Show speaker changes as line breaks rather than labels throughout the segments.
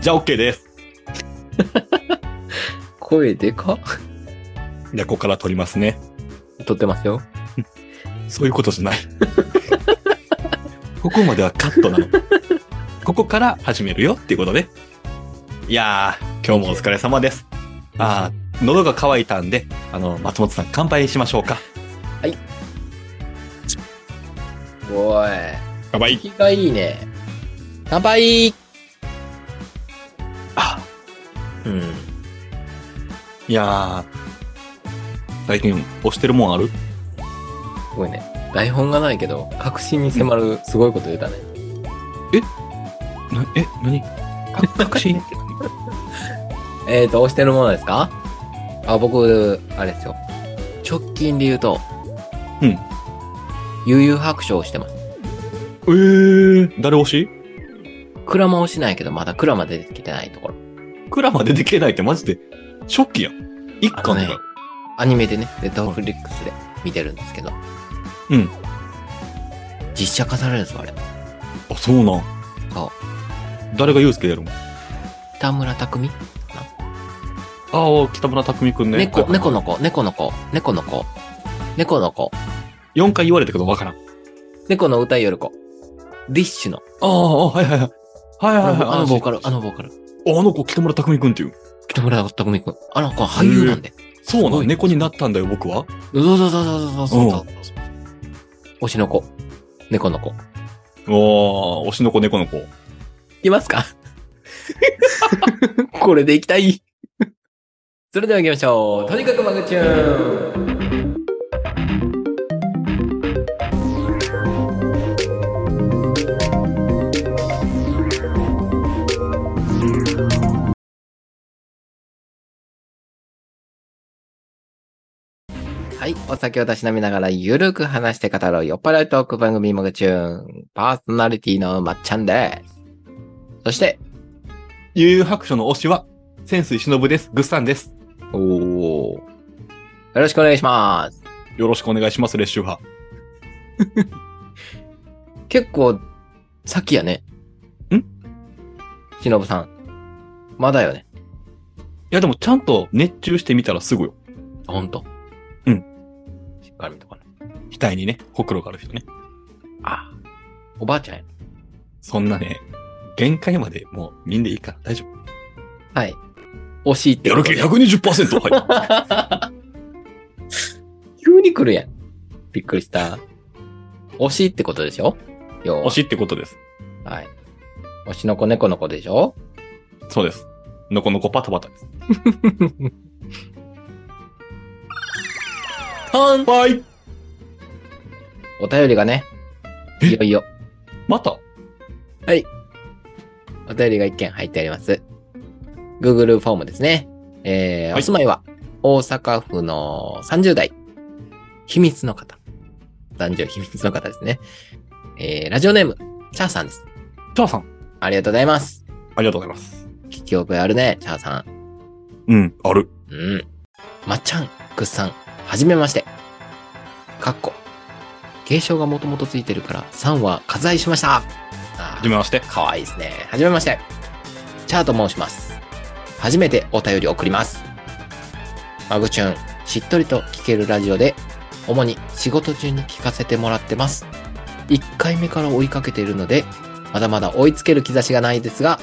じゃあ OK です。
声でか
じゃあここから撮りますね。
撮ってますよ。
そういうことじゃ ない。ここまではカットなの。ここから始めるよっていうことで。いやー、今日もお疲れ様です。あー、喉が渇いたんで、あの、松本さん乾杯しましょうか。
おい。
乾杯。
気がいいね。乾杯
あ、
うん。
いやー、最近押してるもんある
すごいね。台本がないけど、確信に迫るすごいこと言うたね。
なえ、何確信
えーと、押してるものですかあ、僕、あれですよ。直近で言うと。
うん。
悠々白書をしてます。
えー、誰押し
クラマ押しないけど、まだクラマ出てきてないところ。
クラマ出てきてないってマジで、ショッキやん。一巻だ
あの
よ
ね。アニメでね、ネットフリックスで見てるんですけど。
うん。
実写化されるんですよ、あれ。
あ、そうなん。
そ
誰がユうスケやるの
北村匠海
ああ、北村匠海くんね。は
猫、
いはい
猫の子、猫の子、猫の子、猫の子、
4回言われたけどわからん。あ
猫の歌いよる子。ディッシュの。
あ、はいはいはい。はい
あのあのボーカ
ル。
ル、あのボーカル。
ああの子、北村匠海くんっていう。
北村匠海くん。あの子は俳優なんで。
そう
す
な
ごい
ん、猫になったんだよ、僕は。
そうそうそうそうそうそうそう。推しの子。猫の子。
おー、推しの子、猫の子。
いますか これでいきたい。それでは行きましょう。とにかくマグチューン。はい。お酒をたしなみながらゆるく話して語ろう酔っ払いトーク番組マグチューン。パーソナリティのまっちゃんです。そして、
悠々白書の推しは、潜水忍です。ぐっさんです。
おお。よろしくお願いします。
よろしくお願いします、列州派。
結構、先やね。
ん
しのぶさん。まだよね。
いや、でもちゃんと熱中してみたらすぐよ。
ほんと。
うん。
しっかり見とかな。
額にね、ほくろがある人ね。
あおばあちゃんや。
そんなね、限界までもう見んでいいから大丈夫。
はい。惜しいって
や
こ
る
と
気
で。
120%、はい。
急に来るやん。びっくりした。惜しいってことでしょよ
推しってことです。
はい。推しの子猫の子でしょ
そうです。のこのこパタパタです。
トン
バイ
お便りがね。
え
いよいよ。
また
お便りが一件入ってあります。Google フォームですね。えー
はい
お住まいは大阪府の30代。秘密の方。男女秘密の方ですね。えーラジオネーム、チャーさんです。
チャーさん。
ありがとうございます。
ありがとうございます。
聞き覚えあるね、チャーさん。
うん、ある。
うん。まっちゃん、ぐっさん、はじめまして。かっこ。継承がもともとついてるから、3は割愛しました。あー
はじめまして。
かわいいですね。はじめまして。チャーと申します。初めてお便りを送ります。マグチューン、しっとりと聞けるラジオで、主に仕事中に聞かせてもらってます。1回目から追いかけているので、まだまだ追いつける兆しがないですが、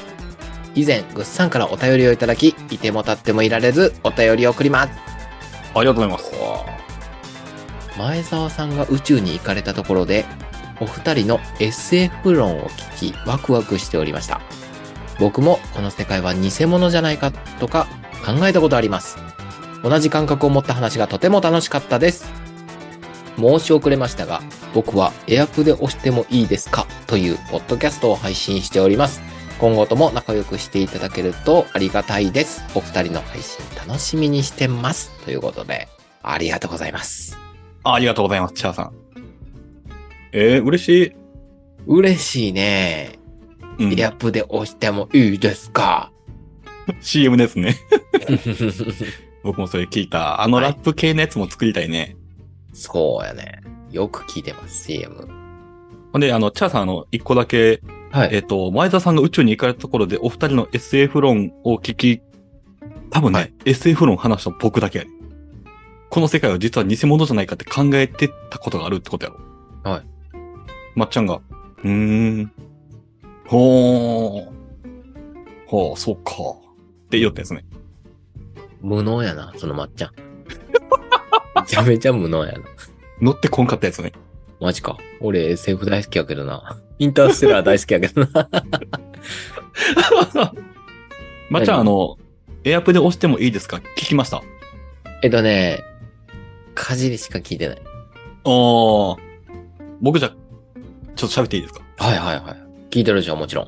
以前、ぐっさんからお便りをいただき、いてもたってもいられず、お便りを送ります。
ありがとうございます。
前澤さんが宇宙に行かれたところでお二人の SF 論を聞きワクワクしておりました僕もこの世界は偽物じゃないかとか考えたことあります同じ感覚を持った話がとても楽しかったです申し遅れましたが僕はエアプで押してもいいですかというポッドキャストを配信しております今後とも仲良くしていただけるとありがたいですお二人の配信楽しみにしてますということでありがとうございます
ありがとうございます、チャーさん。えー、嬉し
嬉しいね。
い。うん、
リアップで押してもいいですか
CM ですね。僕もそれ聞いた。あのラップ系のやつも作りたいね。
そうやね。よく聞いてます、CM。
ほんで、あの、チャーさん、あの、一個だけ
はい。
えっ、と、前澤さんが宇宙に行かれたところで、お二人の SF 論を聞き、多分ね、
は
SF 論話したの僕だけやね。この世界は実は偽物じゃないかって考えてたことがあるってことやろ。
はい。
まっちゃんが、うーん、ほー、ほー、そうか、って言ったやつね。
無能やな、そのまっちゃん。めちゃめちゃ無能やな。
乗ってこんかったやつね。
マジか。俺 SF 大好きやけどな。インターステラー大好きやけどな。
まっちゃん、
何
あの、エアプで押してもいいですか聞きました。
えっとね、かじりしか聞いてない。
おー、僕じゃ、ちょっと喋っていいですか
はいはいはい。聞いてるでしょ、もちろん。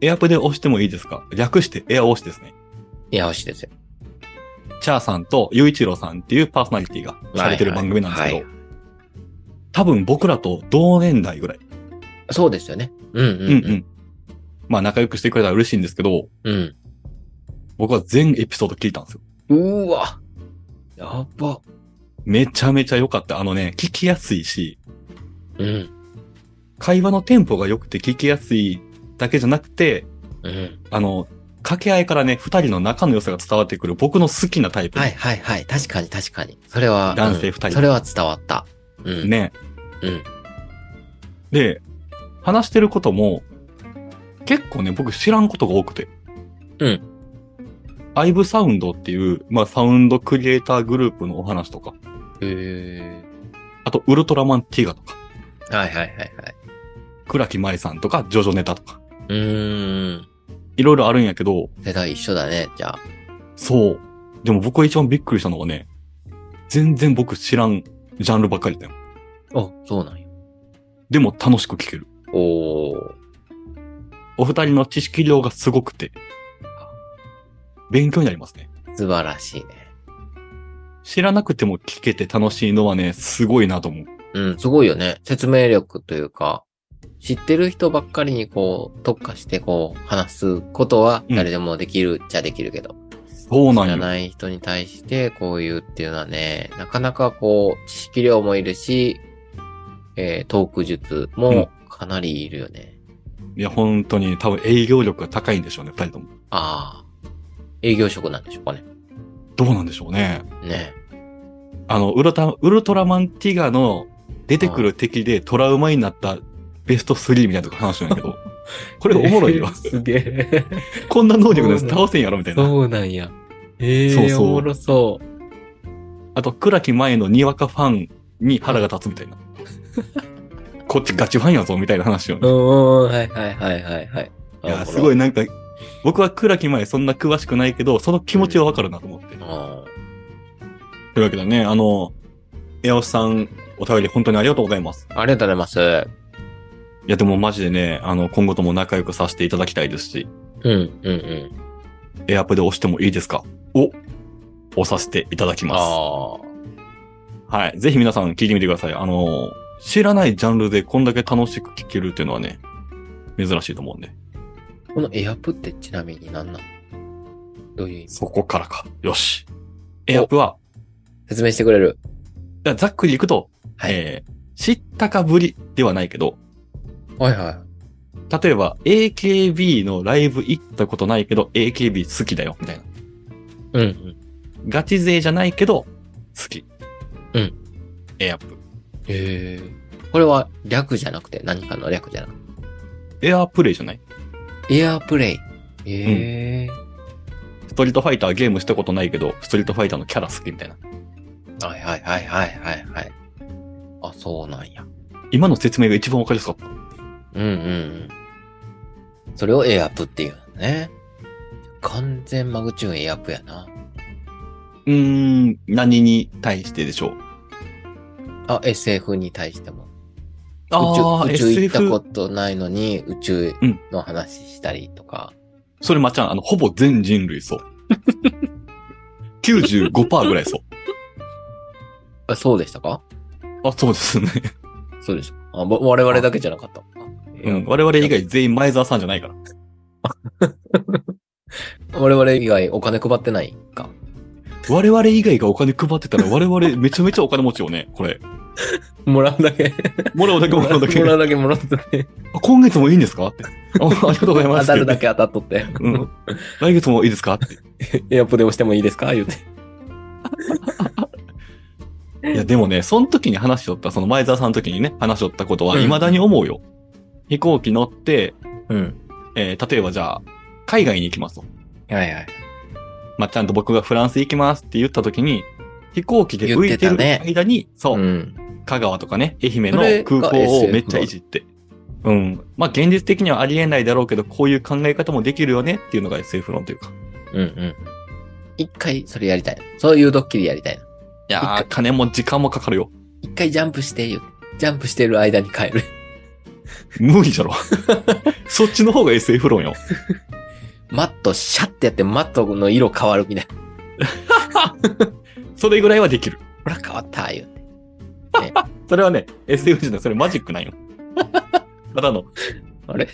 エアプで押してもいいですか略してエア押しですね。
いや、欲しいですよ。
チャーさんとゆういちろうさんっていうパーソナリティがされてる番組なんですけど、
はいは
多分僕らと同年代ぐらい。
そうですよね。うん
う
うん
うん。
ん
まあ仲良くしてくれたら嬉しいんですけど、
うん。
僕は全エピソード聞いたんですよ。
うん。うーわ。やば。
めちゃめちゃ良かった。あのね、聞きやすいし、
うん。
会話のテンポが良くて聞きやすいだけじゃなくて、
うん。
あの、掛け合いからね、二人の仲の良さが伝わってくる僕の好きなタイプ。
はいはいはい。確かに確かに。それは、
男性
うん
二人
それは伝わった。うん。。
ね。
うん。
で、話してることも、結構ね、僕知らんことが多くて。
うん。
アイブサウンドっていう、まあサウンドクリエイターグループのお話とか、
へ
あとウルトラマンティガとか、
ー。はいはいはいはい。
倉木舞さんとか、ジョジョネタとか、
うーん。
いろいろあるんやけど、
世代一緒だね、じゃあ。
そう。でも僕が一番びっくりしたのはね、全然僕知らんジャンルばっかりだよ。
あ、そうなんや。
でも楽しく聞ける。
おー。
お二人の知識量がすごくて、勉強になりますね。
素晴らしいね。
知らなくても聞けて楽しいのはね、すごいなと思う。
うん、すごいよね。説明力というか、知ってる人ばっかりにこう、特化してこう、話すことは
うん
誰でもできるっちゃできるけど、
そうな
知ら
んよ。
ない人に対してこういうっていうのはね、なかなかこう、知識量もいるし、えートーク術もかなりいるよね。
いや、本当に多分営業力が高いんでしょうね、二人とも。
ああ、営業職なんでしょうかね。
どうなんでしょうね。
ね
あの、ウルタウルトラマンティガの出てくる敵でトラウマになったベスト3みたいなとこ話してるんだけ ど、こ
こ。
れおもろいよ
すげえ。
こんな能力のやつ倒せんやろ、みたいな。
そうなんや。ええ
そうそう
おもろそう。
あと、倉木前のにわかファンに腹が立つみたいな。こっちガチファンやぞ、みたいな話をね。
うんうん、はいはいはいはいはい。
い
あ
や、すごい。なんか、僕は倉木前そんな詳しくないけど、その気持ちはわかるなと思って。
おもろいうん
というわけでね、あの、エアオスさん、お便り本当にありがとうございます。
ありがとうございます。
いや、でもマジでね、あの、今後とも仲良くさせていただきたいですし、
うん、うん、うん。
エアプで押してもいいですかを押させていただきま
あ
す。はい。ぜひ皆さん聞いてみてください。あの、知らないジャンルでこんだけ楽しく聞けるっていうのはね、珍しいと思うんで。
あ。このエアプってちなみに何なのどういう意味
そこからか。よし。エアプは、
説明してくれる。
じゃあざっくりいくと、
はい
えー知ったかぶりではないけど、
はいはい。
例えば AKB のライブ行ったことないけど、AKB 好きだよ、みたいな。
うん、うん。
ガチ勢じゃないけど、好き。
うん。
エアアップ。
へえ。これは略じゃなくて、何かの略じゃなく
エアープレイじゃない
て。エアプレイ。へえ。
ストリートファイターゲームしたことないけど、ストリートファイターのキャラ好きみたいな。
はいはいはいはいはいはい。あ、そうなんや。
今の説明が一番わかりやすかった。
うんうんうん。それをエアプっていうのね。完全マグチューンエアプやな。
うーん、何に対してでしょう
あ、SF に対しても。
ー
宇宙宇宙行ったこ
SF。
とないのに宇宙の話したりとか。
それまっちゃん、あの、ほぼ全人類そう。95%ぐらいそ
あそうでしたか
う。あ、そうですね。
そうでしたあわ我々だけじゃなかった。
うん。我々以外全員前澤さんじゃないから。
我々以外お金配ってないか。
我々以外がお金配ってたら我々めちゃめちゃお金持ちよね、これ。
もらうだけ。
もらうだけもらうだけ
も。らうだけもらうだけ。
あ今月もいいんです かって。あありがとうございます。
当たるだけ当たっとって。
うん。来月もいいですかって。
エアプで押してもいいですか言うて。
いや、でもね、その時に話しとった、その前澤さんの時にね、話しとったことは、
うん
未だに思うよ。飛行機乗って、
うん。
えー例えばじゃあ、海外に行きますと。
はいはい。
まあ、ちゃんと僕がフランス行きますって言った時に、飛行機で浮いてる
言って
間に、そう、
うん。
香川とかね、愛媛の
それが
空港
SF
をめっちゃいじって。うん。まあ、現実的にはありえないだろうけど、こういう考え方もできるよねっていうのが SF 論というか。
うんうん。一回それやりたい。そういうドッキリやりたいな。
いやー、金も時間もかかるよ。
一回ジャンプして、言うてジャンプしてる間に帰る。
無理じゃろ。 そっちの方が SF 論よ。
マットシャってやってマットの色変わるみたいな。
それぐらいはできる。
ほら変わった、言うて。
それはね、SF じゃない、それマジックなんよ。 ただの、
あれ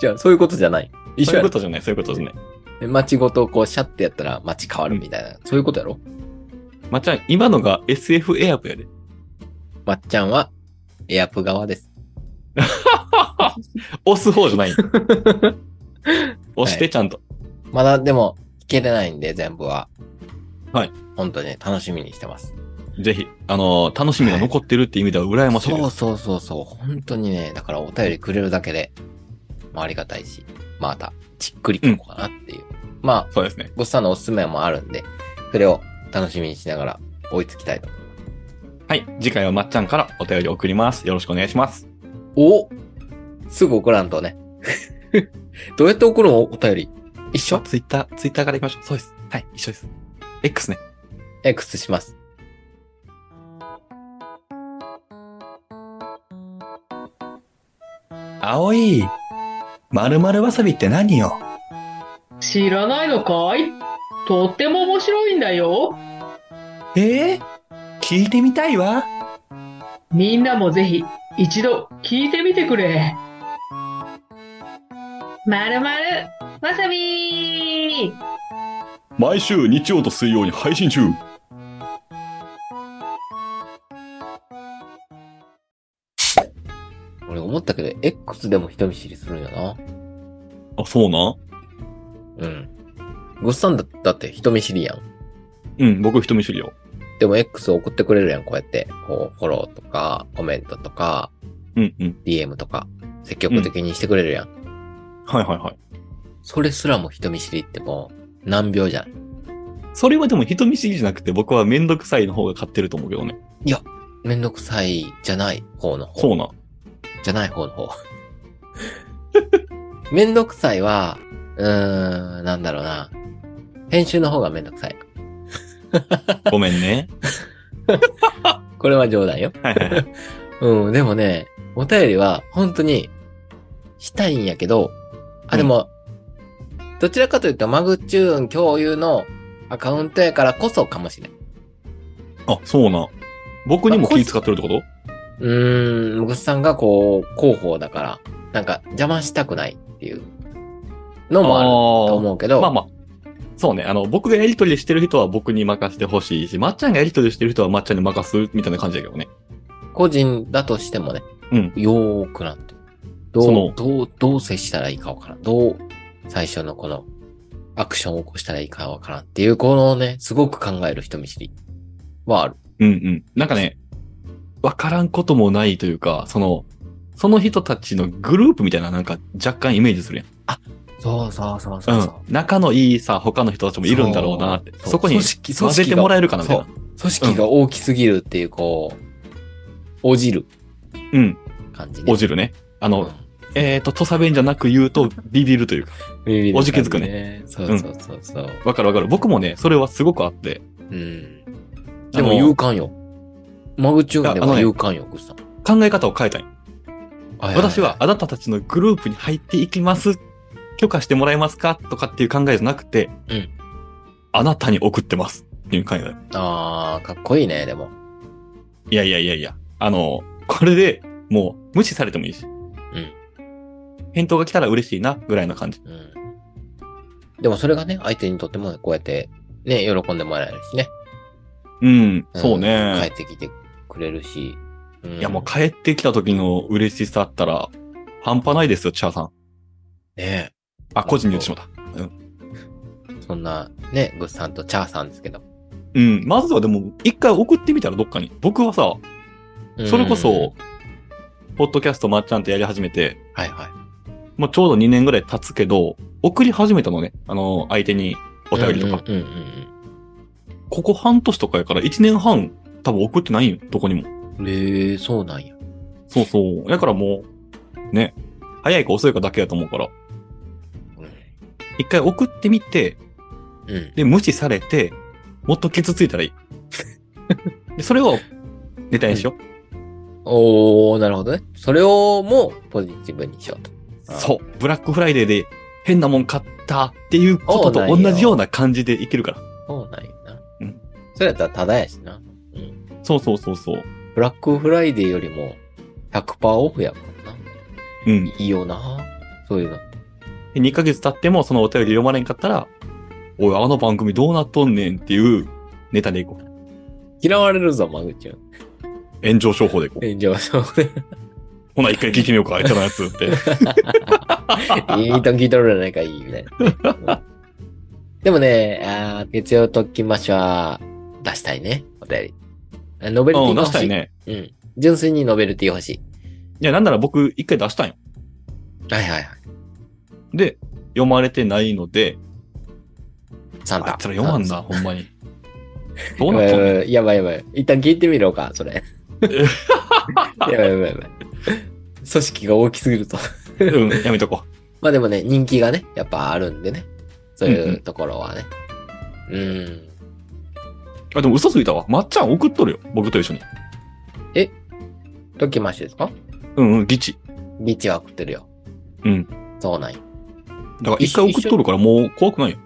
じゃあそういうことじゃない。一
そういう
緒や
こ
ろ
とじゃない、そういうことじゃない。
で街ごとこうシャってやったら街変わるみたいな。そういうことやろ
まっちゃん、今のが SF エアプやで。
まっちゃんはエアプ側です。
押す方じゃ ないよ。押してちゃんと。
まだでも聞けてないんで全部は。
はい。
本当に楽しみにしてます。
ぜひ、あのー楽しみが残ってるって意味では羨ましいです。
そうそうそうそう。本当にね、だからお便りくれるだけで、まあ、ありがたいし、またじっくり聞こうかなっていう。まあ、
そうですね。
ごっさんのおすすめもあるんで、それを楽しみにしながら追いつきたいと。
はい。次回はまっちゃんからお便り送ります。よろしくお願いします。
おすぐ送らんとね。 どうやって送るのお便り。一緒
ツイッター、ツイッターから行きましょう。そうです。はい。一緒です。X ね。
?X します。
青い、まるまるわさびって何よ
知らないのかいとっても面白いんだよ。
ええ聞いてみたいわ。
みんなもぜひ一度聞いてみてくれ。まるまるわさび
毎週日曜と水曜に配信中。
俺思ったけど、X でも人見知りするんやな。
あ、そうな
うん。ごっさんだだって人見知りやん。
うん、僕人見知りよ。
でも X 送ってくれるやん、こうやって。こう、フォローとか、コメントとか、
うんうん。
DM とか、積極的にしてくれるやん。
はいはいはい。
それすらも人見知りってもう、難病じゃん。
それはでも人見知りじゃなくて僕はめんどくさいの方が勝ってると思うけどね。
めんどくさいじゃない方の方。
そうな。
じゃない方の方。 めんどくさいは、うーん、なんだろうな。編集の方がめんどくさい。
ごめん ね。
これは冗談よ。
はいはいはい。
うん、でもね、お便りは本当にしたいんやけど、
う
あ、
ん
でも、どちらかというとマグチューン共有のアカウントやからこそかもしれん。
あ、そうな。僕にも気使ってるってこと
うーん、ムグスさんがこう、広報だから、なんか邪魔したくないっていうのもあると思うけ
あ
ど、
ーまあまあ。そうね。あの、僕がやりとりしてる人は僕に任せてほしいし、まっちゃんがやりとりしてる人はまっちゃんに任すみたいな感じだけどね。
個人だとしてもね、
うん
よーくなってる
そ
ど
の
う、どう、どう接したらいいかわからん。どう、最初のこの、アクションを起こしたらいいかわからんっていう、このね、すごく考える人見知りはある。
うんうん。なんかね、わからんこともないというか、その、その人たちのグループみたいななんか若干イメージするやん。
そうそうそう
う
そうそ
ん。仲のいいさ、他の人たちもいるんだろうなって。
そう
そこに
組織
混ぜてもらえるかなみたいな。
う。組織が大きすぎるっていう、こう、おじる
うん。
感じね。
おじるね。あ
う
の、えっ、と、土佐弁じゃなく言うとビビるというか。
ん。
おじけづく
ね。そうそうそうそう。
わかるわかる。僕もね、それはすごくあって。
うん。
あ
で
の
も勇敢よ。マグチューンで
いやあ
も
のね
勇敢よ、グッさん。
考え方を変えたい。
いいい
私はあなたたちのグループに入っていきます。許可してもらえますかとかっていう考えじゃなくて、
うん
あなたに送ってます。っていう考えだよ。
あー、かっこいいね、でも。
いやいやいやいや。あの、これでもう無視されてもいいし。返答が来たら嬉しいな、ぐらいの感じ。
うん。でもそれがね、相手にとってもこうやって、ね、喜んでもらえるしね。
うん、
ん
そうね。
帰ってきてくれるし。うん
いや、もう帰ってきた時の嬉しさったら、半端ないですよ、チャーさん。
ね
あ、個人に言ってしまった。
えそんな、ね、グッさんとチャーさんですけど。
うん。まずはでも、一回送ってみたらどっかに。僕はさ、それこそ、ポッドキャストまっちゃんとやり始めて、
うん、はいはい。
もうちょうど2年ぐらい経つけど、送り始めたのね。あの、相手にお便りとか。
うんうんうんうん
ここ半年とかやから1年半多分送ってないんよ、どこにも。
うん。えー、そうなんや。
そうそう。だからもう、ね、早いか遅いかだけやと思うから、一回送ってみて、
うん。
で、無視されて、もっと傷ついたらいい。 でそれを、ネタにしよ
おー、なるほどね。それをもうポジティブにしようと。
う。
あー
そう。ブラックフライデーで変なもん買ったっていうことと同じような感じでいけるから。
そうなんやな。
うん。
それやったらただやしな。
そうそうそうそう。
ブラックフライデーよりも100%オフやからな。
うん。
いいよな。そういうのって。
で2ヶ月経ってもそのお便り読まれんかったら、おい、あの番組どうなっとんねんっていうネタでいこう。
嫌われるぞ、マグちゃん。
炎上商法でいこう。
え、じゃあ、そう ね。
ほな、一回聞いてみようか、あいつらのやつ って。
いいと聞いとるじゃないか、いい、みたいな。うんでもね、あー月曜ときましは出したいね、お便り。あノベルテ
う
ィ
ん、
が
出
欲
し
しい。
たいね。
うん。純粋にノベルティ欲し
いや、なんなら僕、一回出したんよ。
い。はいはいはい。
で、読まれてないので、
サン
あい
タ。
つら読まんな、ほんまに。どう
や
なっ
ばい
と
や
んねん
ばい。やばいやばい。一旦聞いてみろか、 それ。やばいやばいやばい。組織が大きすぎると。
うん、やめとこ
まあでもね、人気がね、やっぱあるんでね。そう
うん
いううところはね。うん。
う。あ、でも嘘ついたわ。まっちゃん送っとるよ。僕と一緒に。
ときましですか
うんうん、ギチ。
ビーチは送ってるよ。
うん。
そうなんよ
だから一回送っとるからもう怖くないよ。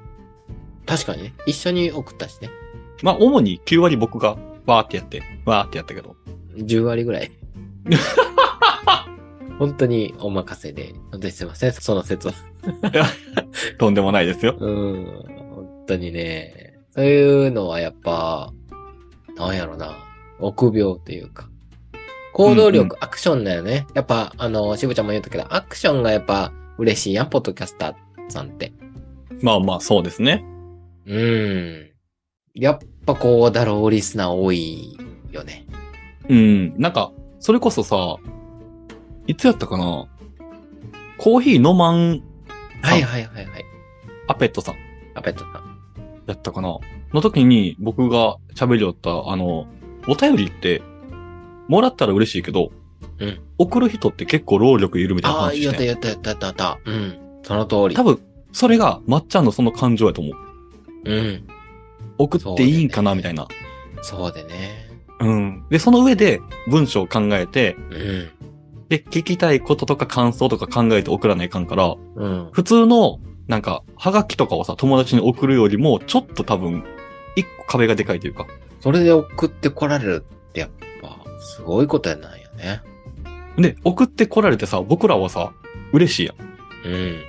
確かにね。一緒に送ったしね。
まあ、主に9割僕がわーってやって、わーってやったけど。
10割ぐら い。本当にお任せで。本当にすいません。その説は。
とんでもないですよ。
うん。本当にね。そういうのはやっぱ、なんやろな。臆病というか。行動力、
うん
アクションだよね。やっぱ、あの、しぶちゃんも言ったけど、アクションがやっぱ嬉しいやん、ポッドキャスターさんって。
まあまあ、そうですね。
うん。やっぱこうだろう、リスナー多いよね。
うん。なんか、それこそさ、いつやったかなコーヒー飲まん
はいはいはいはい。
アペットさん
アペットさん。
やったかなの時に僕が喋りよった、あの、お便りって、もらったら嬉しいけど、
うん
送る人って結構労力いるみたいな
ああ、
話し
言った
てん。
言った言った言った言った。うん。その通り。
多分、それがまっちゃんのその感情やと思う。
うん。
送っていいんかな、
そう
み
だ
たい
よ
な。
そうでね。
うん。で、その上で文章を考えて、
うん。
で、聞きたいこととか感想とか考えて送らないかんから、
うん。
普通の、なんか、はがきとかをさ、友達に送るよりも、ちょっと多分、一個壁がでかいというか。
それで送ってこられるってやっぱ、すごいことやなんよね。
で、送ってこられてさ、僕らはさ、嬉しいやん。っ
うん。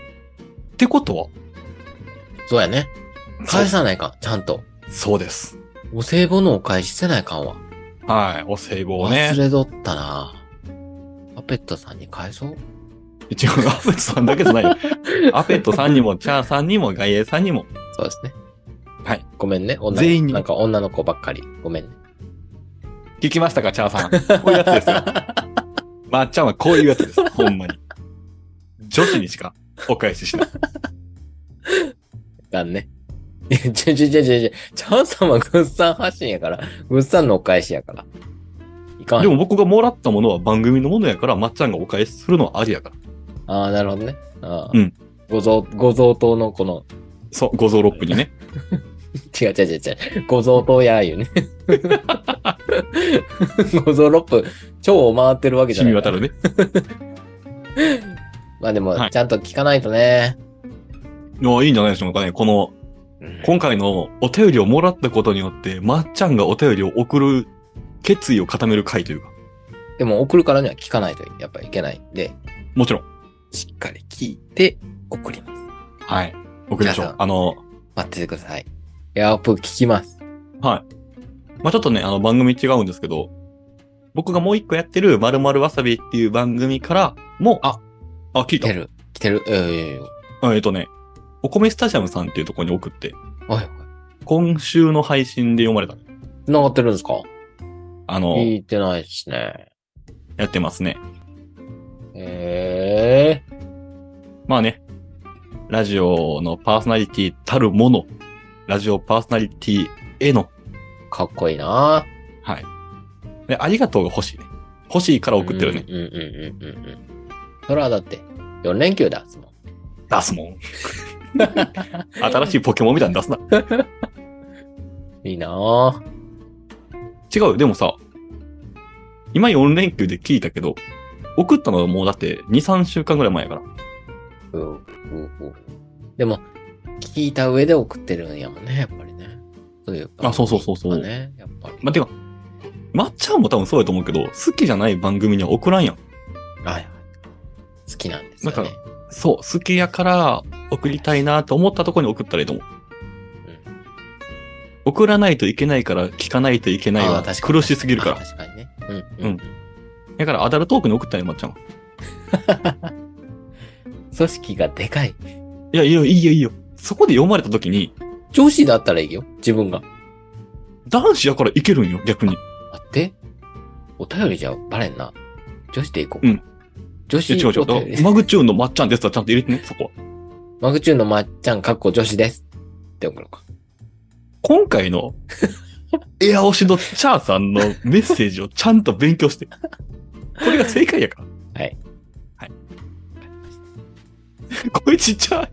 てことは、
そうやね。返
そ
さないかん、ちゃんと。
うそうです。
お歳暮のお返しせないかんわ。
はい、お歳暮をね
忘。れとったな。アペットさんに返そう
違う、アペットさんだけじ ゃないよ。アペットさんにも、チャーさんにも、ガイエさんにも。
そうですね。
はい。
ごめんね。女
全員に
なんか女の子ばっかり。ごめんね。
聞きましたか、チャーさん。こういうやつです よ。まっちゃんはこういうやつです。ほんまに。女子にしかお返ししない。
だね。いやちょちょちょちょちょ、チャンさんはグッサン発信やから、グッサンのお返しやから。いかん
で
よ。
も僕がもらったものは番組のものやから、まっちゃんがお返しするのはありやから。
ああ、なるほどね。ああ
うん。
ご贈、ご贈答のこの、
そう、五臓六腑にね。
違う違う違う違う、ご贈答やい うね。ご贈六分、蝶を回ってるわけじゃ
染
な
み
い。
渡るね。
まあでも
は、い
ちゃんと聞かないとね。
いやいいんじゃないでしょうかね。この、今回のお便りをもらったことによって、まっちゃんがお便りを送る決意を固める回というか、
でも送るからには聞かないとやっぱいけないんで、
もちろん。
しっかり聞いて送ります。
はい。送りましょ
じゃ
う
あ。
あの、
待っててください。いや、僕聞きます。
まあちょっとね、あの番組違うんですけど、僕がもう一個やってるまるまるわさびっていう番組からも、あ、あ、聞い
来
た
て。る。来てる。えー、
あえっとね、お米スタジアムさんっていうところに送って、
はい。
今週の配信で読まれた。
繋がってるんですか
あの、
聞いてないですね。
やってますね。
ええ
まあね、ラジオのパーソナリティたるもの、ラジオパーソナリティへの、
ー、かっこいいな
はい。でありがとうが欲しいね。欲しいから送ってるね。
うんうんうんうんうんうん。それはだって、4連休だっすもん。
出すも ん。新しいポケモンみたいに出すな。
いいなぁ。
違うよ。でもさ、今4連休で聞いたけど、送ったのはもうだって2、3週間ぐらい前やから。
うんうんうんでも、聞いた上で送ってるんやもんね、やっぱりね。そういう。
あそうそうそうそう
ね、やっぱり。
まあ、てか、まっちゃんも多分そうやと思うけど、好きじゃない番組には送らんやん。
はいはい。好きなんですよ
なん
ね
か。そう、好きやから送りたいなと思ったとこに送ったらいいと思う。送らないといけないから聞かないといけない
あ
は
ー確かに
苦しすぎるか
あ
ら。
確かにね。うん、うん。
だからアダルトークに送ったよ、まっちゃんは。
組織がでかい。
いや、いいよ、いいよ、いいよ。そこで読まれた時に、
女子だったらいいよ、自分が。
男子やからいけるんよ、逆に。
待って。お便りじゃバレんな。女子で行こう
う
か。
ん
女
い
子
や、違う違
お便り
う。マグチューンのまっちゃんですらちゃんと入れてね、そこは。
マグチューンのまっちゃん、かっこ女子です。って送ろうか。
今回の、エア推しのチャーさんのメッセージをちゃんと勉強して。これが正解やから。
はい。
はい。声ちっちゃい。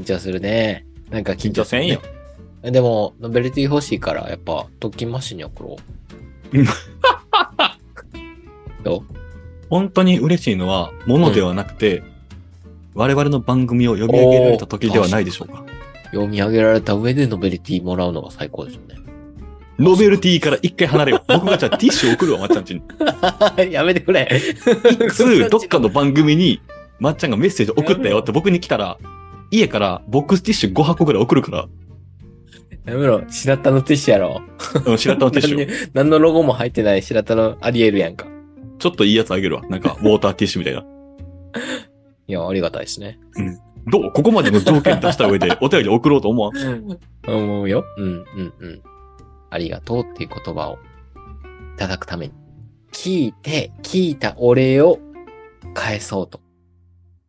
緊張するね。なんか緊張する、ね。
緊張
よ。でも、ノベルティ欲しいから、やっぱ、特勤マッシュに送ろ
うん
う。ど
本当に嬉しいのは、ものではなくて、我々の番組を読み上げられた時ではないでしょうか。
う読み上げられた上でノベルティもらうのが最高ですよね。
ノベルティから一回離れよう。僕がじゃあティッシュ送るわ、まっちゃんちに。
やめてく れ。
いつ、どっかの番組に、まっちゃんがメッセージ送ったよって僕に来たら、家からボックスティッシュ5箱ぐらい送るから、
やめろ。白田のティッシュやろ。
うん白玉ティッシュを。
何何のロゴも入ってない白田のアリエルやんか。
ちょっといいやつあげるわ。なんか、ウォーターティッシュみたいな。
いや、ありがたいですね。
どうここまでの条件出した 上でお便り送ろうと思わん。
思うよ。うん、うん、うん。ありがとうっていう言葉をいただくために、聞いて、聞いたお礼を返そうと。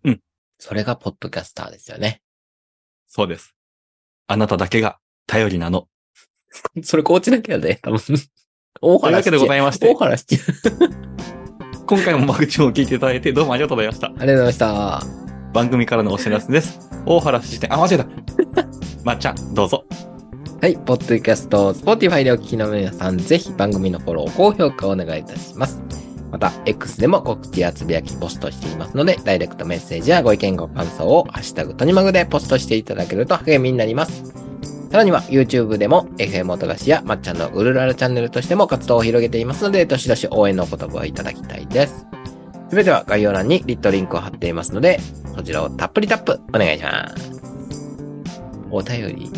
うん。
それがポッドキャスターですよね。
そうです。あなただけが頼りなの。
それこうちなきゃね、多分。大
という
原
わ
七
けでございまして
大、原七あ
今回もマグチューンを聞いていただいてどうもありがとうございました。
りがとうございまし
番組からのお知らせです。大原支店、あ、間違えた。 まっちゃん、どうぞ。
た。はい、ポッドキャスト、Spotify でお聞きの皆さん、ぜひ番組のフォロー、高評価をお願いいたします。また、X でも告知やつぶやきポストしていますので、ダイレクトメッセージやご意見ご感想を、ハッシュタグとにまぐでポストしていただけると励みになります。さらには、YouTube でも、FM 音菓子やまっちゃんのうるららチャンネルとしても活動を広げていますので、どしどし応援のお言葉をいただきたいです。すべては概要欄にリットリンクを貼っていますので、そちらをたっぷりタップお願いします。お便り、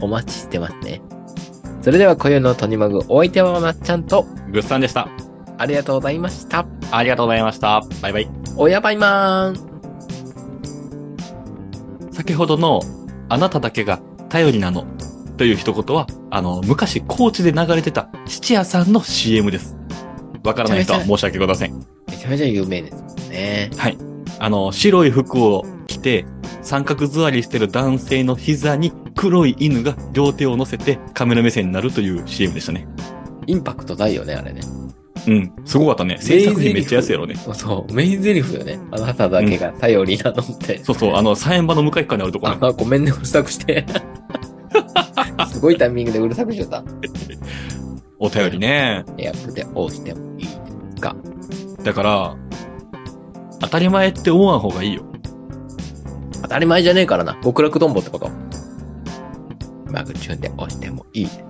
お待ちしてますね。それでは、今夜のとにまぐ、お相手はまっちゃんと、
ぐっさんでした。
ありがとうございました。
ありがとうございました。バイバイ。
おやばいまーん。
先ほどの、あなただけが頼りなの、という一言は、あの、昔、高知で流れてた、七夜さんの CM です。わからない人は申し訳ございません。
めちゃめちゃ有名ですもんね。
はい。あの、白い服を着て、三角座りしてる男性の膝に黒い犬が両手を乗せてカメラ目線になるという CM でしたね。
インパクト大よね、あれね。
うん。すごかったね。制作費めっちゃ安いやろね。
そう、メインゼリフよね。あなただけが頼りなのって。
そうそう、あの、サ円場の向かい側にあるところ、
あ、ごめんね、うるさくして。 すごいタイミングでうるさくしちゃった。
お便りね。
エアプで押してもいいですか
だから、当たり前って思わん方がいいよ。
当たり前じゃねえからな。極楽どんぼってこと。マグチューンで押してもいいです